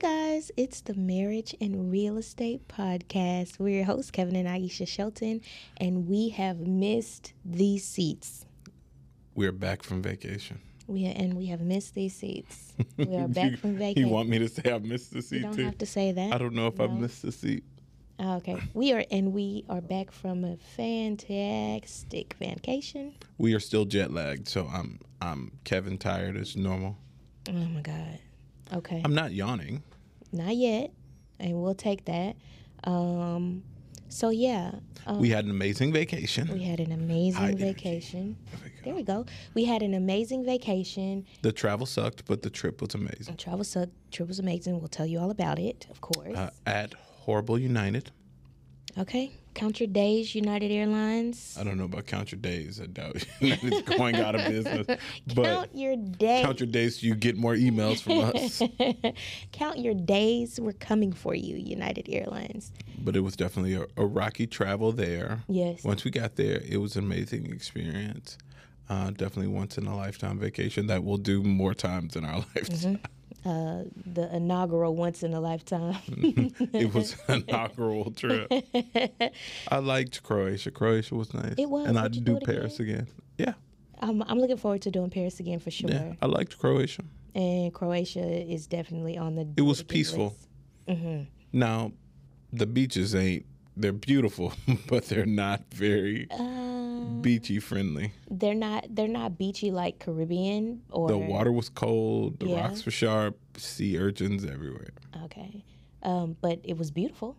guys. It's the Marriage and Real Estate Podcast. We're your hosts, Kevin and Aisha Shelton, and we have missed these seats. We're back from vacation. We and we have missed these seats. We are back You- from You vacation. want me to say I missed the you seat don't too? have to say that. I don't know if I No. missed the seat. Ah, Okay, we are and we are back from a fantastic vacation. We are still jet lagged, so I'm I'm Kevin tired. It's normal. Oh my god. Okay. I'm not yawning. Not yet, and we'll take that. Um. So yeah, um, We had an amazing vacation. we had an amazing High energy. vacation. There we go. There we go. We had an amazing vacation. The travel sucked, but the trip was amazing. Travel sucked. Trip was amazing. We'll tell you all about it, of course. Uh, at Horrible United. okay. Count your days, United Airlines. I don't know about Count Your Days. I doubt it's going out of business. But count your days. uh, Count Your Days, so you get more emails from us. count your days. We're coming for you, United Airlines. But it was definitely a, a rocky travel there. Yes. Once we got there, it was an amazing experience. Uh, definitely once in a lifetime vacation that we'll do more times in our lifetime. Uh, the inaugural once in a lifetime. it was an inaugural trip. I liked Croatia. Croatia was nice. It was. And Would I'd you do, do it Paris again. Yeah. I'm, I'm looking forward to doing Paris again for sure. Yeah. I liked Croatia. And Croatia is definitely on the. It was bucket peaceful. list. Now, the beaches ain't, they're beautiful, but they're not very beachy friendly. Uh, They're not. They're not beachy like Caribbean or The water was cold, the Yeah. rocks were sharp, sea urchins everywhere. Okay. Um, but it was beautiful.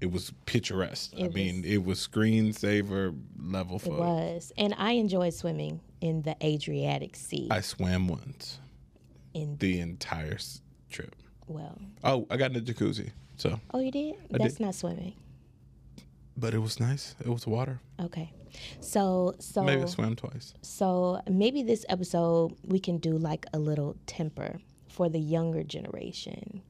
It was picturesque. I It mean, it was screensaver level It photo. was. And I enjoyed swimming in the Adriatic Sea. I swam once in the entire s- trip. well. Oh, I got in the jacuzzi. So, Oh, you did? That's not swimming. but it was nice. It was water. Okay. So so Maybe I swam twice. so maybe this episode we can do like a little temper for the younger generation.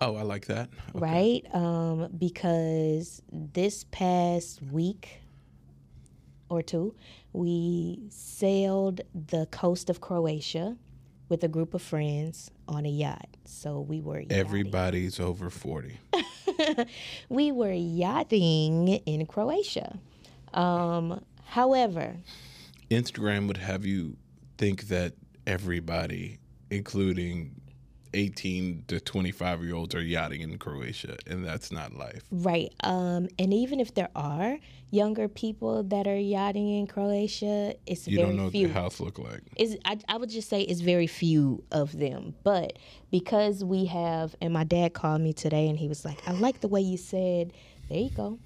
Oh, I like that. right? Um, because this past week or two, we sailed the coast of Croatia with a group of friends on a yacht. So we were yachting. Everybody's over 40. we were yachting in Croatia. Um, however, Instagram would have you think that everybody, including 18 to 25 year olds, are yachting in Croatia, and that's not life. Right. Um, and even if there are younger people that are yachting in Croatia, it's You very don't know what few. the house looked like. is I, I would just say it's very few of them but because we have and my dad called me today and he was like i like the way you said there you go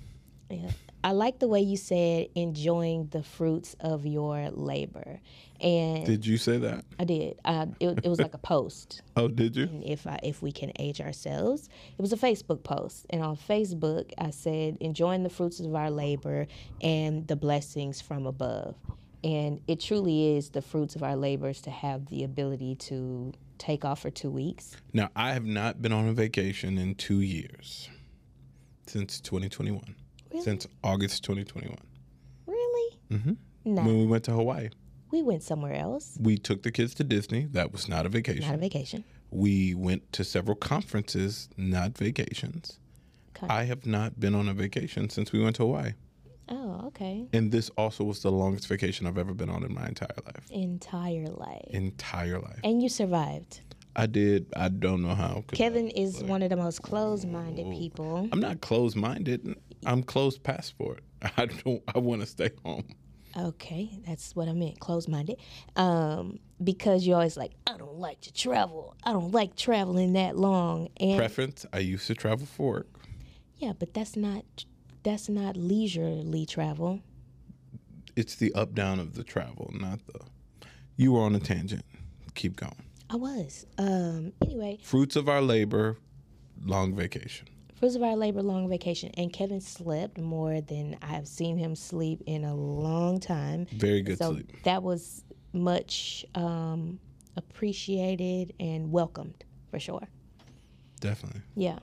yeah. i like the way you said enjoying the fruits of your labor and Did you say that? i did I, it, it was like a post Oh, did you? if I, if we can age ourselves. It was a Facebook post, and on Facebook I said, "Enjoying the fruits of our labor and the blessings from above." And it truly is the fruits of our labors to have the ability to take off for two weeks. Now, I have not been on a vacation in two years since 2021, since August 2021. Really? Mm-hmm. No, When we went to Hawaii, we went somewhere else. we took the kids to Disney. That was not a vacation. Not a vacation. we went to several conferences, not vacations. Okay. I have not been on a vacation since we went to Hawaii. Oh, okay. And this also was the longest vacation I've ever been on in my entire life. Entire life. Entire life. And you survived. I did, I don't know how. 'cause Kevin is one of the most closed-minded people. I'm not closed minded. I'm closed passport. I don't, I want to stay home. Okay, that's what I meant. Closed minded. Um, because you're always like, I don't like to travel. I don't like traveling that long. And Preference, I used to travel for work. yeah, but that's not that's not leisurely travel. It's the up down of the travel, not the. You were on a tangent. Keep going. I was. Um, anyway, Fruits of our labor, long vacation. Fruits of our labor, long vacation, and Kevin slept more than I've seen him sleep in a long time. Very good so sleep. that was much um, appreciated and welcomed for sure. Definitely. Yeah.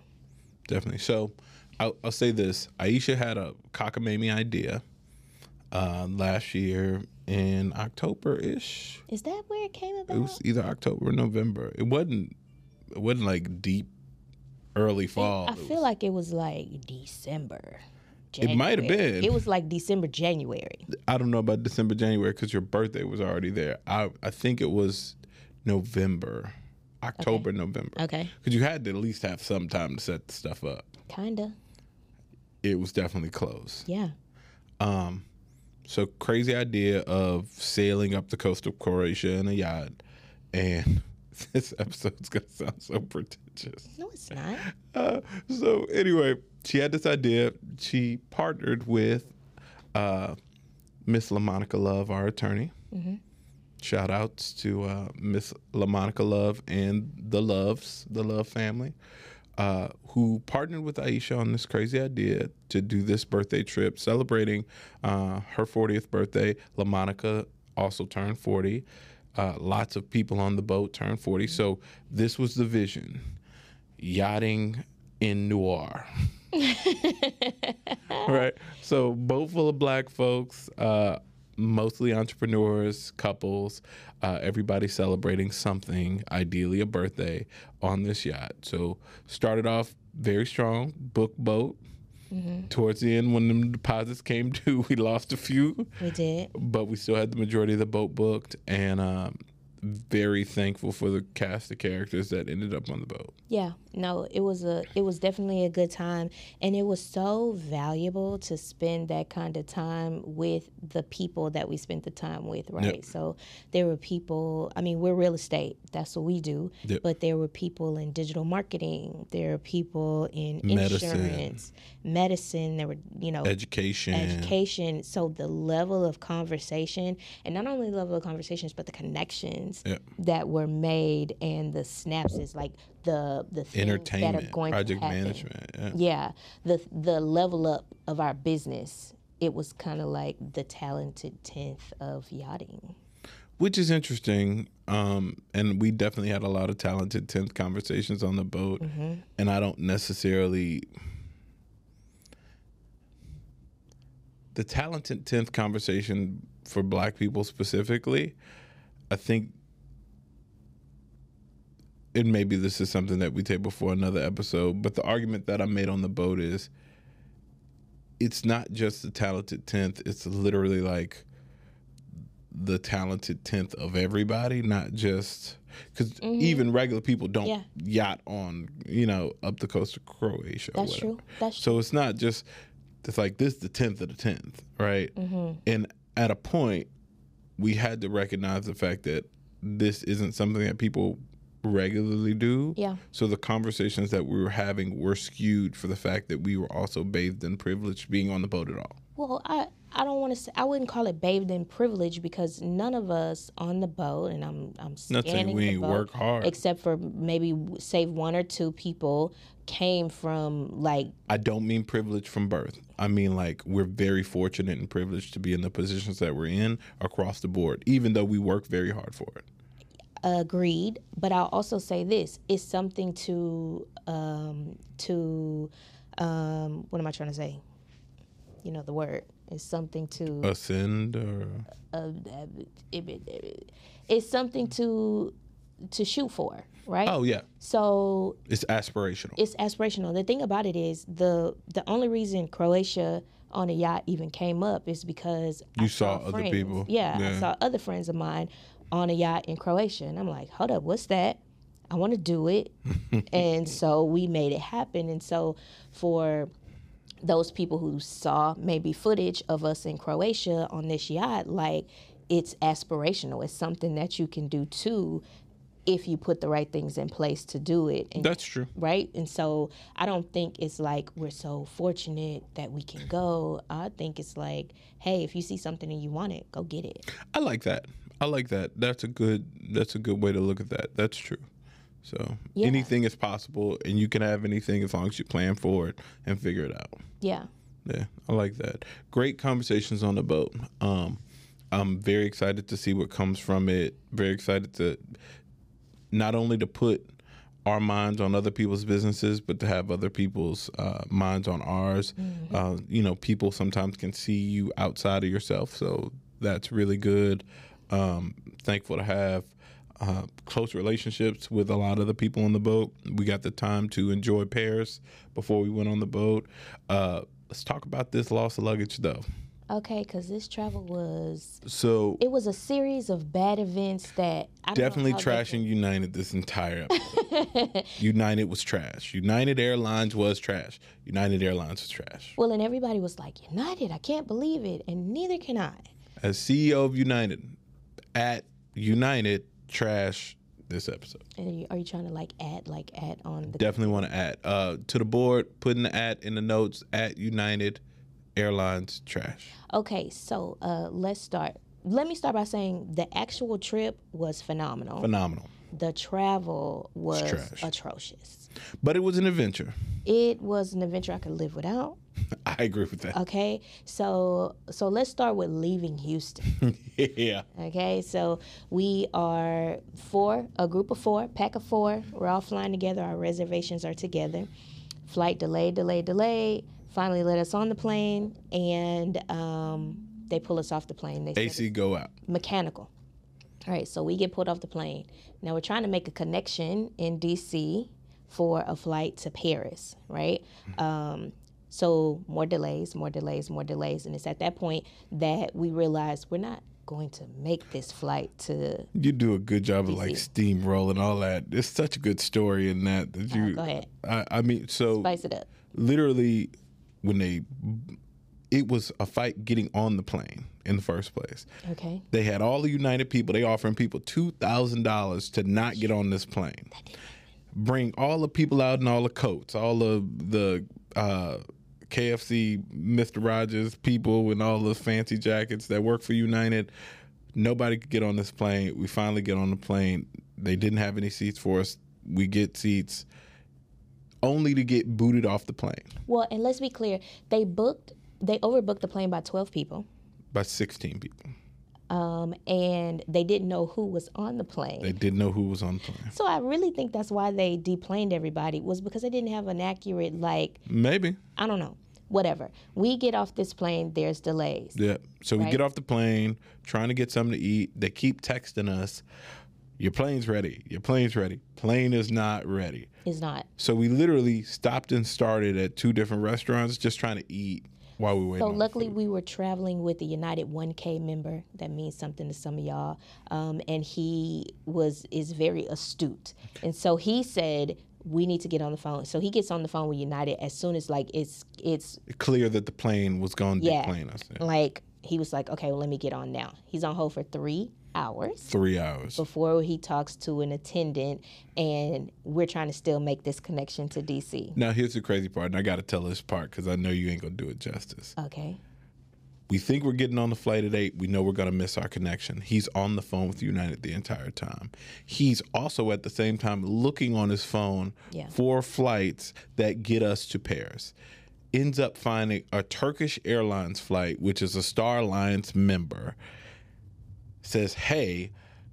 Definitely. So I'll, I'll say this Aisha had a cockamamie idea uh, last year in October ish. Is that where it came It about? was either October or November. It wasn't. It wasn't like deep early fall. I It feel was- like it was like December. It might have January. been. It was like December, January. I don't know about December, January because your birthday was already there. I I think it was November, October, November. Okay. Because you had to at least have some time to set the stuff up. Kinda. It was definitely close. Yeah. Um, so crazy idea of sailing up the coast of Croatia in a yacht, and this episode's gonna sound so pretentious. No, it's not. Uh, so anyway, she had this idea. She partnered with uh, Miss LaMonica Love, our attorney. Shout outs to uh, Miss LaMonica Love and the Loves, the Love family, uh, who partnered with Aisha on this crazy idea to do this birthday trip celebrating uh, her 40th birthday. LaMonica also turned 40. Uh, lots of people on the boat turned 40. So this was the vision yachting in noir. right. So boat full of black folks, uh, mostly entrepreneurs, couples, uh, everybody celebrating something, ideally a birthday, on this yacht. So started off very strong, book boat. Towards the end, when the deposits came due, we lost a few We did. but we still had the majority of the boat booked and um, very thankful for the cast of characters that ended up on the boat Yeah, no, it was a it was definitely a good time and it was so valuable to spend that kind of time with the people that we spent the time with, right? So there were people, I mean, we're real estate, that's what we do, Yep. but there were people in digital marketing, there are people in Medicine. insurance, medicine, there were, you know, education, education. So the level of conversation, and not only the level of conversations, but the connections Yeah. that were made and the snaps is like the the things that are entertainment going project to happen. management yeah. Yeah, the the level up of our business. It was kind of like the talented tenth of yachting. which is interesting um, and we definitely had a lot of talented 10th conversations on the boat Mm-hmm. and i don't necessarily the talented 10th conversation for black people specifically i think and maybe this is something that we table for another episode but the argument that i made on the boat is it's not just the talented 10th it's literally like the talented 10th of everybody not just because even regular people don't Yeah. yacht on you know up the coast of croatia or That's whatever. true. That's true. So it's not just it's like this the tenth of the tenth, right? Mm-hmm. And at a point, we had to recognize the fact that this isn't something that people regularly do. Yeah. So the conversations that we were having were skewed for the fact that we were also bathed in privilege being on the boat at all. Well, I I don't want to say I wouldn't call it bathed in privilege because none of us on the boat, and I'm I'm Not saying scanning we the ain't boat, work hard. except for maybe w- save one or two people came from like I don't mean privilege from birth. I mean like we're very fortunate and privileged to be in the positions that we're in across the board, even though we work very hard for it. agreed but i'll also say this it's something to um to um what am i trying to say you know the word it's something to Ascend or uh, it's something to to shoot for right Oh yeah. so It's aspirational. it's aspirational. The thing about it is the the only reason Croatia on a yacht even came up is because You saw other friends. people. Yeah, Yeah. I saw other friends of mine on a yacht in Croatia, and I'm like, hold up, what's that? I want to do it, and so we made it happen. And so for those people who saw maybe footage of us in Croatia on this yacht, like it's aspirational. It's something that you can do too if you put the right things in place to do it and That's true. right? And so I don't think it's like we're so fortunate that we can go. I think it's like, hey, if you see something and you want it, go get it. I like that. I like that. That's a good that's a good way to look at that. That's true. So Yeah. anything is possible and you can have anything as long as you plan for it and figure it out. Yeah. Yeah, I like that. Great conversations on the boat. Um I'm very excited to see what comes from it. Very excited to not only to put our minds on other people's businesses, but to have other people's uh, minds on ours. Uh, you know, people sometimes can see you outside of yourself, so that's really good. Um, thankful to have uh, close relationships with a lot of the people on the boat. We got the time to enjoy Paris before we went on the boat. Uh, let's talk about this loss of luggage, though. Okay, because this travel was So, it was a series of bad events that I don't know definitely how they- trashing United this entire episode. United was trash. United Airlines was trash. United Airlines was trash. Well, and everybody was like, United, I can't believe it, and neither can I. As CEO of United, at United, trash this episode. And are you, are you trying to like add like add on the Definitely want to add uh, to the board. Putting the at in the notes at United Airlines trash. Okay, so uh, let's start. Let me start by saying the actual trip was phenomenal. Phenomenal, the travel was trash. atrocious. but it was an adventure. It was an adventure I could live without. I agree with that. Okay, so so let's start with leaving Houston. yeah, Okay, so we are four, a group of four, pack of four. We're all flying together. Our reservations are together. Flight delay, delay, delay. Finally, let us on the plane, and um, they pull us off the plane. They said AC go out. mechanical. All right, so we get pulled off the plane. Now we're trying to make a connection in DC for a flight to Paris, right? Um, so more delays, more delays, more delays, and it's at that point that we realize we're not going to make this flight to. You do a good job of like steamrolling all that. It's such a good story in that that you. Go ahead, I, I mean, so spice it up. literally when they it was a fight getting on the plane in the first place Okay, they had all the united people they offering people $2000 to not get on this plane bring all the people out in all the coats all of the uh, kfc mr rogers people and all the fancy jackets that work for united nobody could get on this plane we finally get on the plane they didn't have any seats for us we get seats only to get booted off the plane well, and let's be clear. They booked, they overbooked the plane by twelve people, by 16 people. um, and they didn't know who was on the plane. They didn't know who was on the plane. So I really think that's why they deplaned everybody was because they didn't have an accurate like Maybe. I don't know whatever. We get off this plane, there's delays. Yeah. So we get off the plane, trying to get something to eat. They keep texting us, Your plane's ready. Your plane's ready. Plane is not ready. It's not. So we literally stopped and started at two different restaurants just trying to eat while we waited. So on the luckily food. we were traveling with a United 1K member that means something to some of y'all, um, and he was is very astute, and so he said we need to get on the phone. So he gets on the phone with United as soon as like it's it's clear that the plane was going to Yeah. deplane us. Yeah. like he was like okay, well let me get on now. He's on hold for three hours. Three hours. before he talks to an attendant and we're trying to still make this connection to DC. Now, here's the crazy part, and I got to tell this part because I know you ain't going to do it justice. Okay. We think we're getting on the flight at eight. We know we're going to miss our connection. He's on the phone with United the entire time. He's also at the same time looking on his phone Yeah. for flights that get us to Paris. Ends up finding a Turkish Airlines flight, which is a Star Alliance member. Says, hey,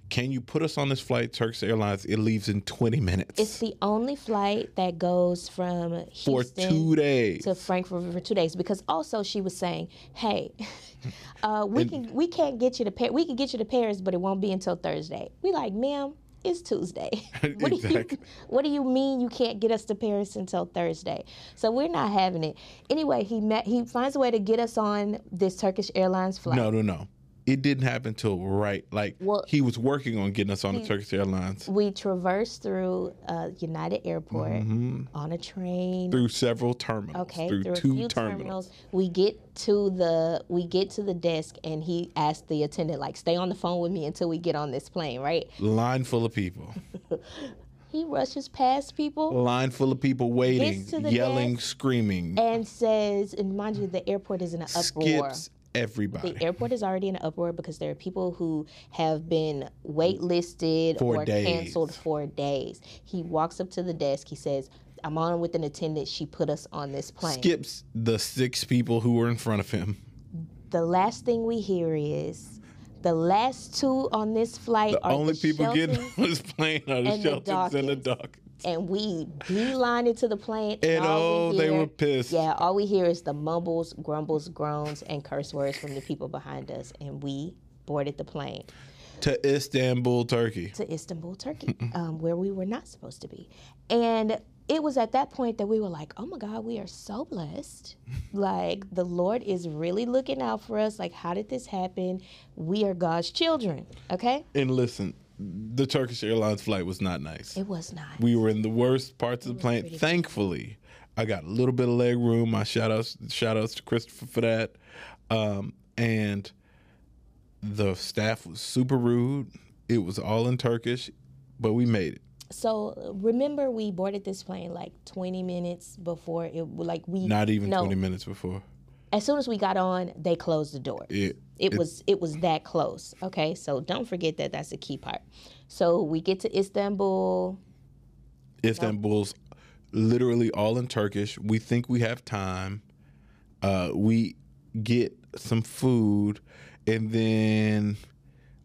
can you put us on this flight, Turkish Airlines? It leaves in 20 minutes It's the only flight that goes from for Houston two days. to Frankfurt for two days because also she was saying, "Hey, uh, we can we can't get you to Paris. We can get you to Paris, but it won't be until Thursday." We like, ma'am. It's Tuesday. What do Exactly. you What do you mean you can't get us to Paris until Thursday? So we're not having it. Anyway, he met. He finds a way to get us on this Turkish Airlines flight. no, no, no. It didn't happen till right. Like, Well- Hmm. he was working on getting us on the Turkish Airlines. we traversed through uh, United Airport on a train. Mm-hmm. through several terminals. okay, through, through, two a few terminals. terminals. We get to the we get to the desk, and he asked the attendant, like, "Stay on the phone with me until we get on this plane, right?" Line full of people. He rushes past people Line full of people waiting, Gets to the yelling, screaming, and says, "And mind you, the airport is in an uproar." skips everybody. The airport is already in an uproar because there are people who have been waitlisted For or days. canceled for days. He walks up to the desk. He says, "I'm on with an attendant. She put us on this plane." Skips the six people who were in front of him. The last thing we hear is the last two on this flight The are only the people Sheltons, getting on this plane are the and the Sheltons and the Dawkins. and we beeline into the plane. And all oh, we they hear- were pissed. Yeah, all we hear is the mumbles, grumbles, groans, and curse words from the people behind us, and we boarded the plane. to Istanbul, Turkey. to Istanbul, Turkey, um, where we were not supposed to be. And it was at that point that we were like, oh my God, we are so blessed. like, the Lord is really looking out for us. Like, how did this happen? We are God's children, okay? And listen, the Turkish Airlines flight was not nice. It was not. We were in the worst parts of the plane. Thankfully, I got a little bit of leg room. My shout outs, shout outs to Christopher for that. Um, and the staff was super rude. It was all in Turkish, but we made it. so remember, we boarded this plane like 20 minutes before it, like, we. Not even no, 20 minutes before. As soon as we got on, they closed the door. It, it was it was that close okay so don't forget that that's a key part so we get to istanbul Istanbul's literally all in Turkish. We think we have time. Uh, we get some food, and then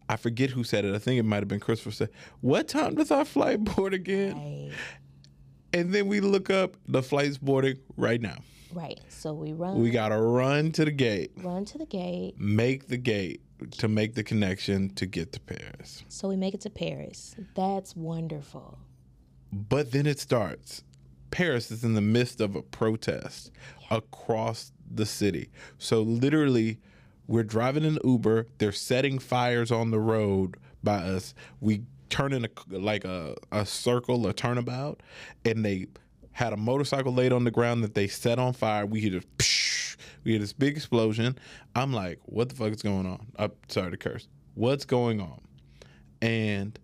I forget who said it. I think it might have been Christopher said, "What time does our flight board again?" I- And then we look up the flight's boarding right now. Right. So we run We gotta run to the gate, run to the gate. make the gate to make the connection to get to Paris. So we make it to Paris. That's wonderful. But then it starts. Paris is in the midst of a protest across the city. So literally, we're driving an Uber. They're setting fires on the road by us. We turn in a, like a, a circle, a turnabout, and they had a motorcycle laid on the ground that they set on fire. We hear this, we hear this big explosion. I'm like, what the fuck is going on? I'm sorry to curse. What's going on? and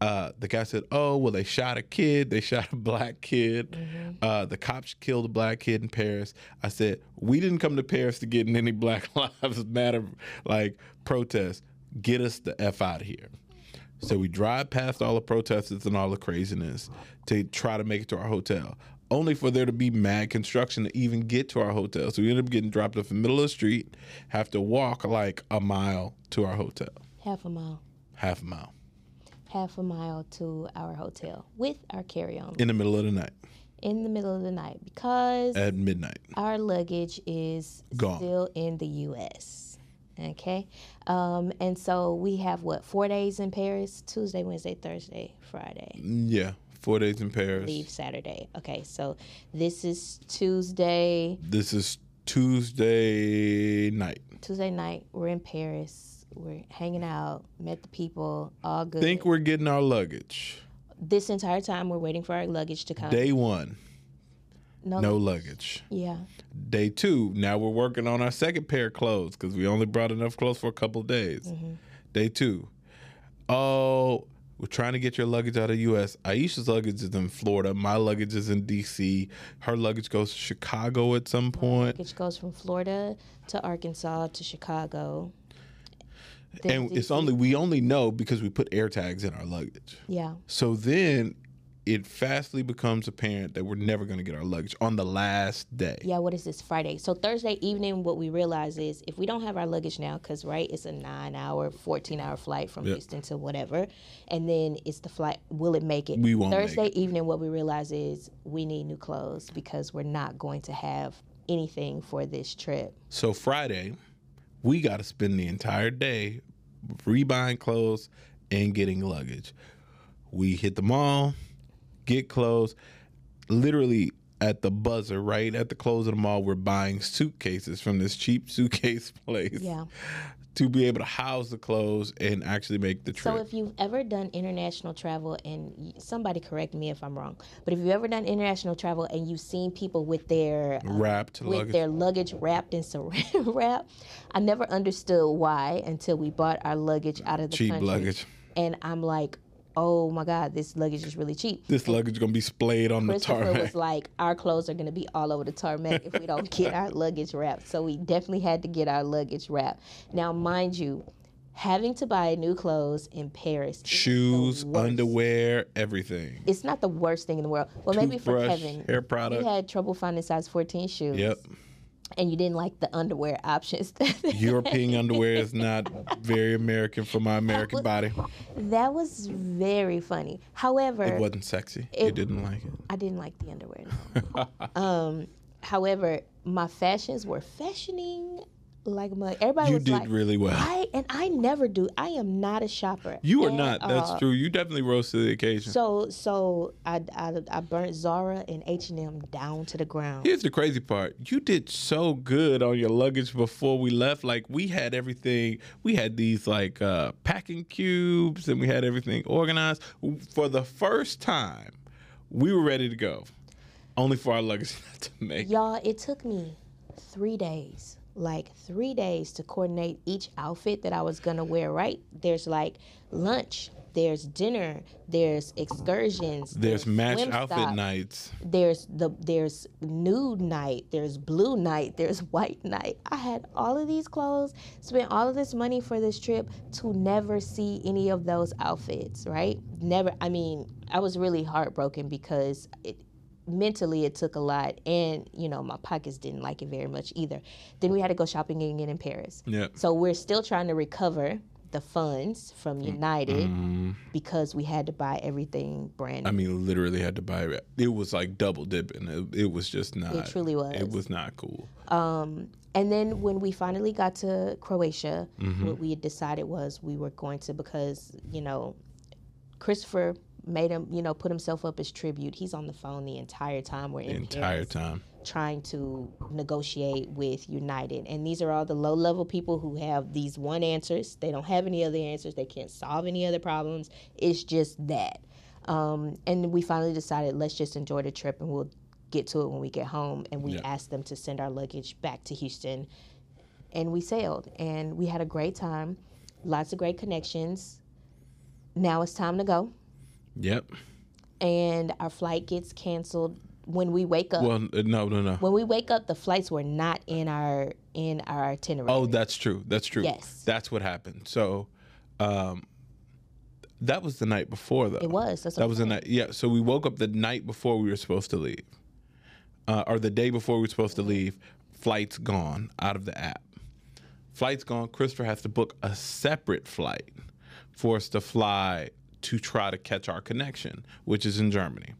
uh, the guy said, "Oh, well, they shot a kid. They shot a black kid. Uh, the cops killed a black kid in Paris." I said, "We didn't come to Paris to get in any Black Lives Matter like protest. Get us the f out of here." So we drive past all the protesters and all the craziness to try to make it to our hotel. Only for there to be mad construction to even get to our hotel. So we ended up getting dropped off in the middle of the street, have to walk like a mile to our hotel, Half a mile. half a mile. Half a mile to our hotel with our carry-on in the middle of the night in the middle of the night because at midnight. our luggage is Gone. still in the U.S. Okay, um, and so we have what four days in Paris: Tuesday, Wednesday, Thursday, Friday. Yeah, four days in Paris. Leave Saturday. Okay, so this is Tuesday. This is Tuesday night. Tuesday night, we're in Paris. We're hanging out, met the people, all good. Think we're getting our luggage. this entire time, we're waiting for our luggage to come. Day one, no, no luggage. yeah, Day two, now we're working on our second pair of clothes because we only brought enough clothes for a couple of days. Day two, oh, we're trying to get your luggage out of the U.S. Aisha's luggage is in Florida. My luggage is in D.C. Her luggage goes to Chicago at some point. which goes from Florida to Arkansas to Chicago. Then and D- it's only we only know because we put air tags in our luggage. yeah, So then it fastly becomes apparent that we're never going to get our luggage on the last day. yeah. What is this Friday? So Thursday evening, what we realize is if we don't have our luggage now, because right, it's a nine-hour, fourteen-hour flight from Houston to whatever, and then it's the flight. Will it make it? We won't make Thursday evening, what we realize is we need new clothes because we're not going to have anything for this trip. So Friday, we got to spend the entire day rebuying clothes and getting luggage. We hit the mall, get clothes. Literally at the buzzer, right at the close of the mall, we're buying suitcases from this cheap suitcase place Yeah. to be able to house the clothes and actually make the trip. So if you've ever done international travel, and y- somebody correct me if I'm wrong, but if you've ever done international travel and you've seen people with their uh, Wrapped with luggage. their luggage wrapped in saran wrap, I never understood why until we bought our luggage out of the Cheap country. luggage. and I'm like, oh my god, this luggage is really cheap. this luggage gonna be splayed on the Christopher tarmac. was like, our clothes are going to be all over the tarmac if we don't get our luggage wrapped. So we definitely had to get our luggage wrapped. Now, mind you, having to buy new clothes in Paris, Shoes, worst. underwear, everything. it's not the worst thing in the world. Well, maybe for Toothbrush, Kevin, hair you product. had trouble finding size 14 shoes Yep. and you didn't like the underwear options. European underwear is not very American for my American body. that was very funny. However, It wasn't sexy. You didn't like it. I didn't like the underwear. No. um, however, my fashions were fashioning like mud. Everybody You was did like, really well. I and I never do. I am not a shopper. You are at not. all. That's true. You definitely rose to the occasion. So so I, I I burnt Zara and H and M down to the ground. Here's the crazy part. You did so good on your luggage before we left. Like we had everything. We had these like uh, packing cubes, and we had everything organized. For the first time, we were ready to go. Only for our luggage not to make. it. Y'all, it took me three days, like three days to coordinate each outfit that I was gonna wear, right? There's like lunch, there's dinner, there's excursions, There's match swim outfit stop, nights. There's the there's nude night, there's blue night, there's white night. I had all of these clothes, spent all of this money for this trip to never see any of those outfits, right? Never. I mean, I was really heartbroken because it, mentally it took a lot, and you know my pockets didn't like it very much either. Then we had to go shopping again in Paris. Yeah. So we're still trying to recover the funds from Mm. United because we had to buy everything brand new. Mm-hmm. I mean, literally had to buy it. It was like double dipping. It, it was just not. it truly was. It was not cool. Um, And then when we finally got to Croatia, Mm-hmm. what we had decided was we were going to because you know, Christopher made him you know put himself up as tribute. He's on the phone the entire time we're The in entire Paris time. trying to negotiate with United, and these are all the low level people who have these one answers. They don't have any other answers. They can't solve any other problems. It's just that. Um, and we finally decided let's just enjoy the trip and we'll get to it when we get home. And we Yeah. asked them to send our luggage back to Houston and we sailed and we had a great time lots of great connections now it's time to go Yep. and our flight gets canceled when we wake up Well, n- no, no, no. when we wake up the flights were not in our in our itinerary Oh, that's true. That's true. Yes. That's what happened. So, um, that was the night before, though. it was that's what That was the night. Yeah. So we woke up the night before we were supposed to leave, uh, or the day before we were supposed to leave. Flight's gone out of the app. Flight's gone. Christopher has to book a separate flight for us to fly to try to catch our connection, which is in Germany.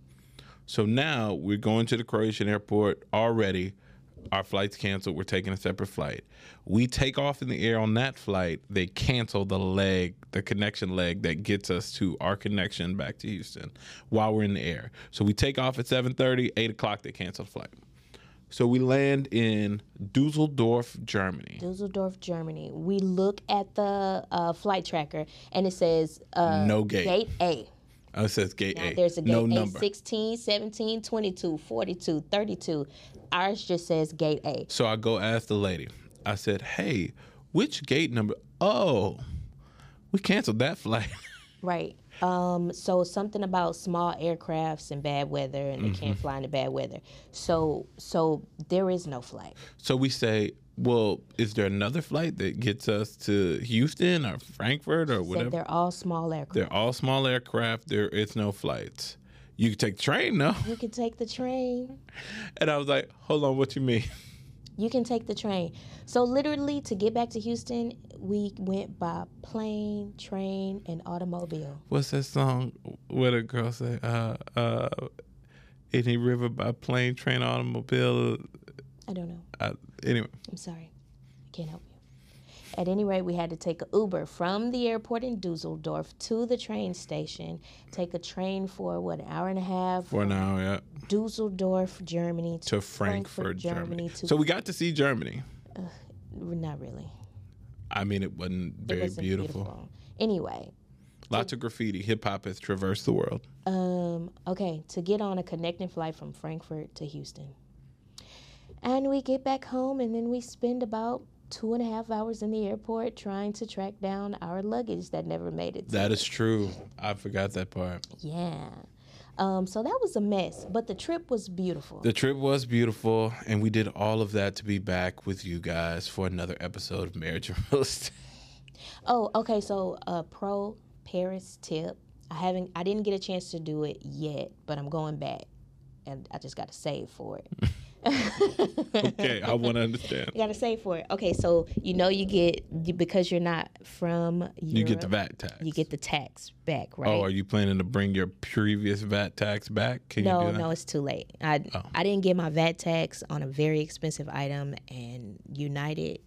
So now we're going to the Croatian airport already. Our flight's canceled. We're taking a separate flight. We take off in the air on that flight. They cancel the leg, the connection leg that gets us to our connection back to Houston while we're in the air. So we take off at 7:30, 8 o'clock. They cancel the flight. So we land in Dusseldorf, Germany. Dusseldorf, Germany. We look at the uh, flight tracker and it says uh, No gate. Gate A. Oh, it says gate Now, A. there's a gate no A number. 16, 17, 22, 42, 32. Ours just says Gate A. So I go ask the lady. I said, "Hey, which gate number? Oh, we canceled that flight." Right. Um, so something about small aircrafts and bad weather, and they Mm-hmm. can't fly in the bad weather. So, so there is no flight. So we say, well, is there another flight that gets us to Houston or Frankfurt or Said whatever? they're all small aircraft. They're all small aircraft. There is no flights. You can take the train though. You can take the train. And I was like, hold on, what you mean? You can take the train. So literally, to get back to Houston, we went by plane, train, and automobile. What's that song where the girl say, uh, uh, any river by plane, train, automobile? I don't know. Uh, anyway, I'm sorry. I can't help you. At any rate, we had to take a Uber from the airport in Dusseldorf to the train station, take a train for what, an hour and a half? for now, yeah, Dusseldorf, Germany to, to Frankfurt, Frankfurt, Germany. Germany to- So we got to see Germany. not really. I mean, it wasn't It very wasn't beautiful. Anyway, Lots of graffiti. Hip hop has traversed the world. um, okay, to get on a connecting flight from Frankfurt to Houston. And we get back home, and then we spend about two and a half hours in the airport trying to track down our luggage that never made it. to- That is true. I forgot that part. yeah. Um, so that was a mess, but the trip was beautiful. The trip was beautiful, and we did all of that to be back with you guys for another episode of Marriage and Real Estate. Oh, okay. So, uh, pro Paris tip. I haven't. I didn't get a chance to do it yet, but I'm going back, and I just got to save for it. Okay, I want to understand. You got to save for it. Okay, so you know you get you- because you're not from Europe, You get the VAT tax. you get the tax back, right? oh, are you planning to bring your previous VAT tax back? Can you no, do that? Oh. no, it's too late. I I didn't get my VAT tax on a very expensive item, and United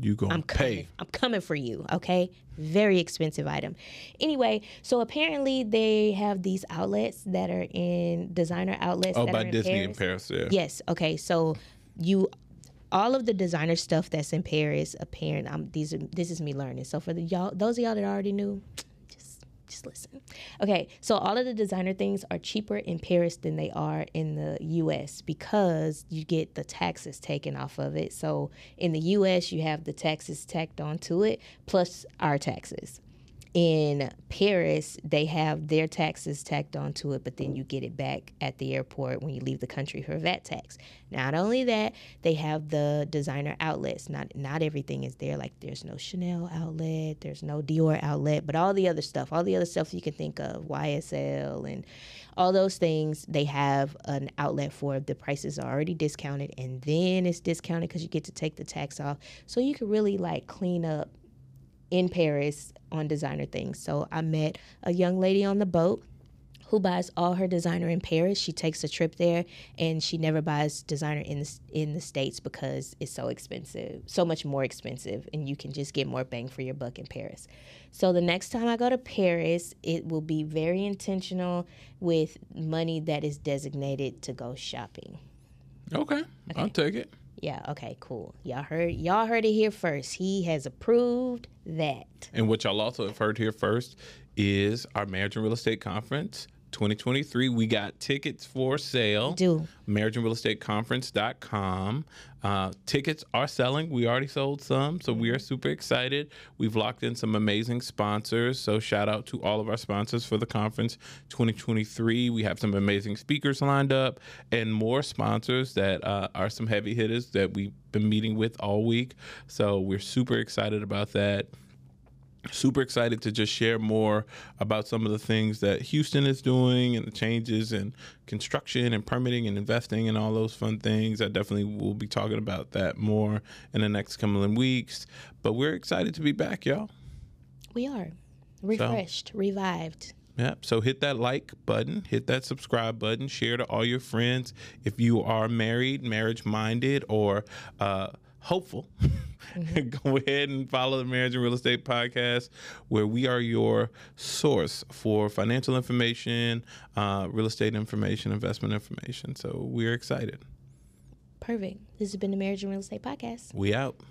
You gonna I'm coming. pay? I'm coming for you. Okay. Very expensive item. Anyway, so apparently they have these outlets that are in designer outlets. Oh, that by are in Disney Paris. in Paris. Yeah. Yes. Okay. So you, all of the designer stuff that's in Paris, apparent. I'm these. Are, this is me learning. So for the y'all, those of y'all that already knew, just just listen. Okay. So all of the designer things are cheaper in Paris than they are in the U.S. because you get the taxes taken off of it. So in the U.S. you have the taxes tacked onto it plus our taxes. In Paris, they have their taxes tacked onto it, but then you get it back at the airport when you leave the country for VAT tax. Not only that, they have the designer outlets. Not not everything is there. Like there's no Chanel outlet, there's no Dior outlet, but all the other stuff, all the other stuff you can think of, YSL and all those things, they have an outlet for. The prices are already discounted, and then it's discounted because you get to take the tax off. So you can really like clean up in Paris on designer things. So I met a young lady on the boat who buys all her designer in Paris. She takes a trip there and she never buys designer in the, in the states because it's so expensive, so much more expensive and you can just get more bang for your buck in Paris. So the next time I go to Paris, it will be very intentional with money that is designated to go shopping. Okay, I'll take it. Yeah, okay, cool. Y'all heard y'all heard it here first. He has approved that. And what y'all also have heard here first is our Marriage and Real Estate Conference 2023. We got tickets for sale. Do Marriage and Real Estate Conference.com. Uh, tickets are selling. We already sold some, so we are super excited. We've locked in some amazing sponsors. So, shout out to all of our sponsors for the conference 2023. We have some amazing speakers lined up and more sponsors that uh, are some heavy hitters that we've been meeting with all week. So, we're super excited about that super excited to just share more about some of the things that Houston is doing and the changes in construction and permitting and investing and all those fun things. I definitely will be talking about that more in the next coming weeks. But we're excited to be back, y'all. We are refreshed, revived. Yep. So hit that like button, hit that subscribe button, share to all your friends. If you are married, marriage minded, or uh, hopeful, go ahead and follow the Marriage and Real Estate Podcast, where we are your source for financial information, uh, real estate information, investment information. So we're excited. Perfect. This has been the Marriage and Real Estate Podcast. We out.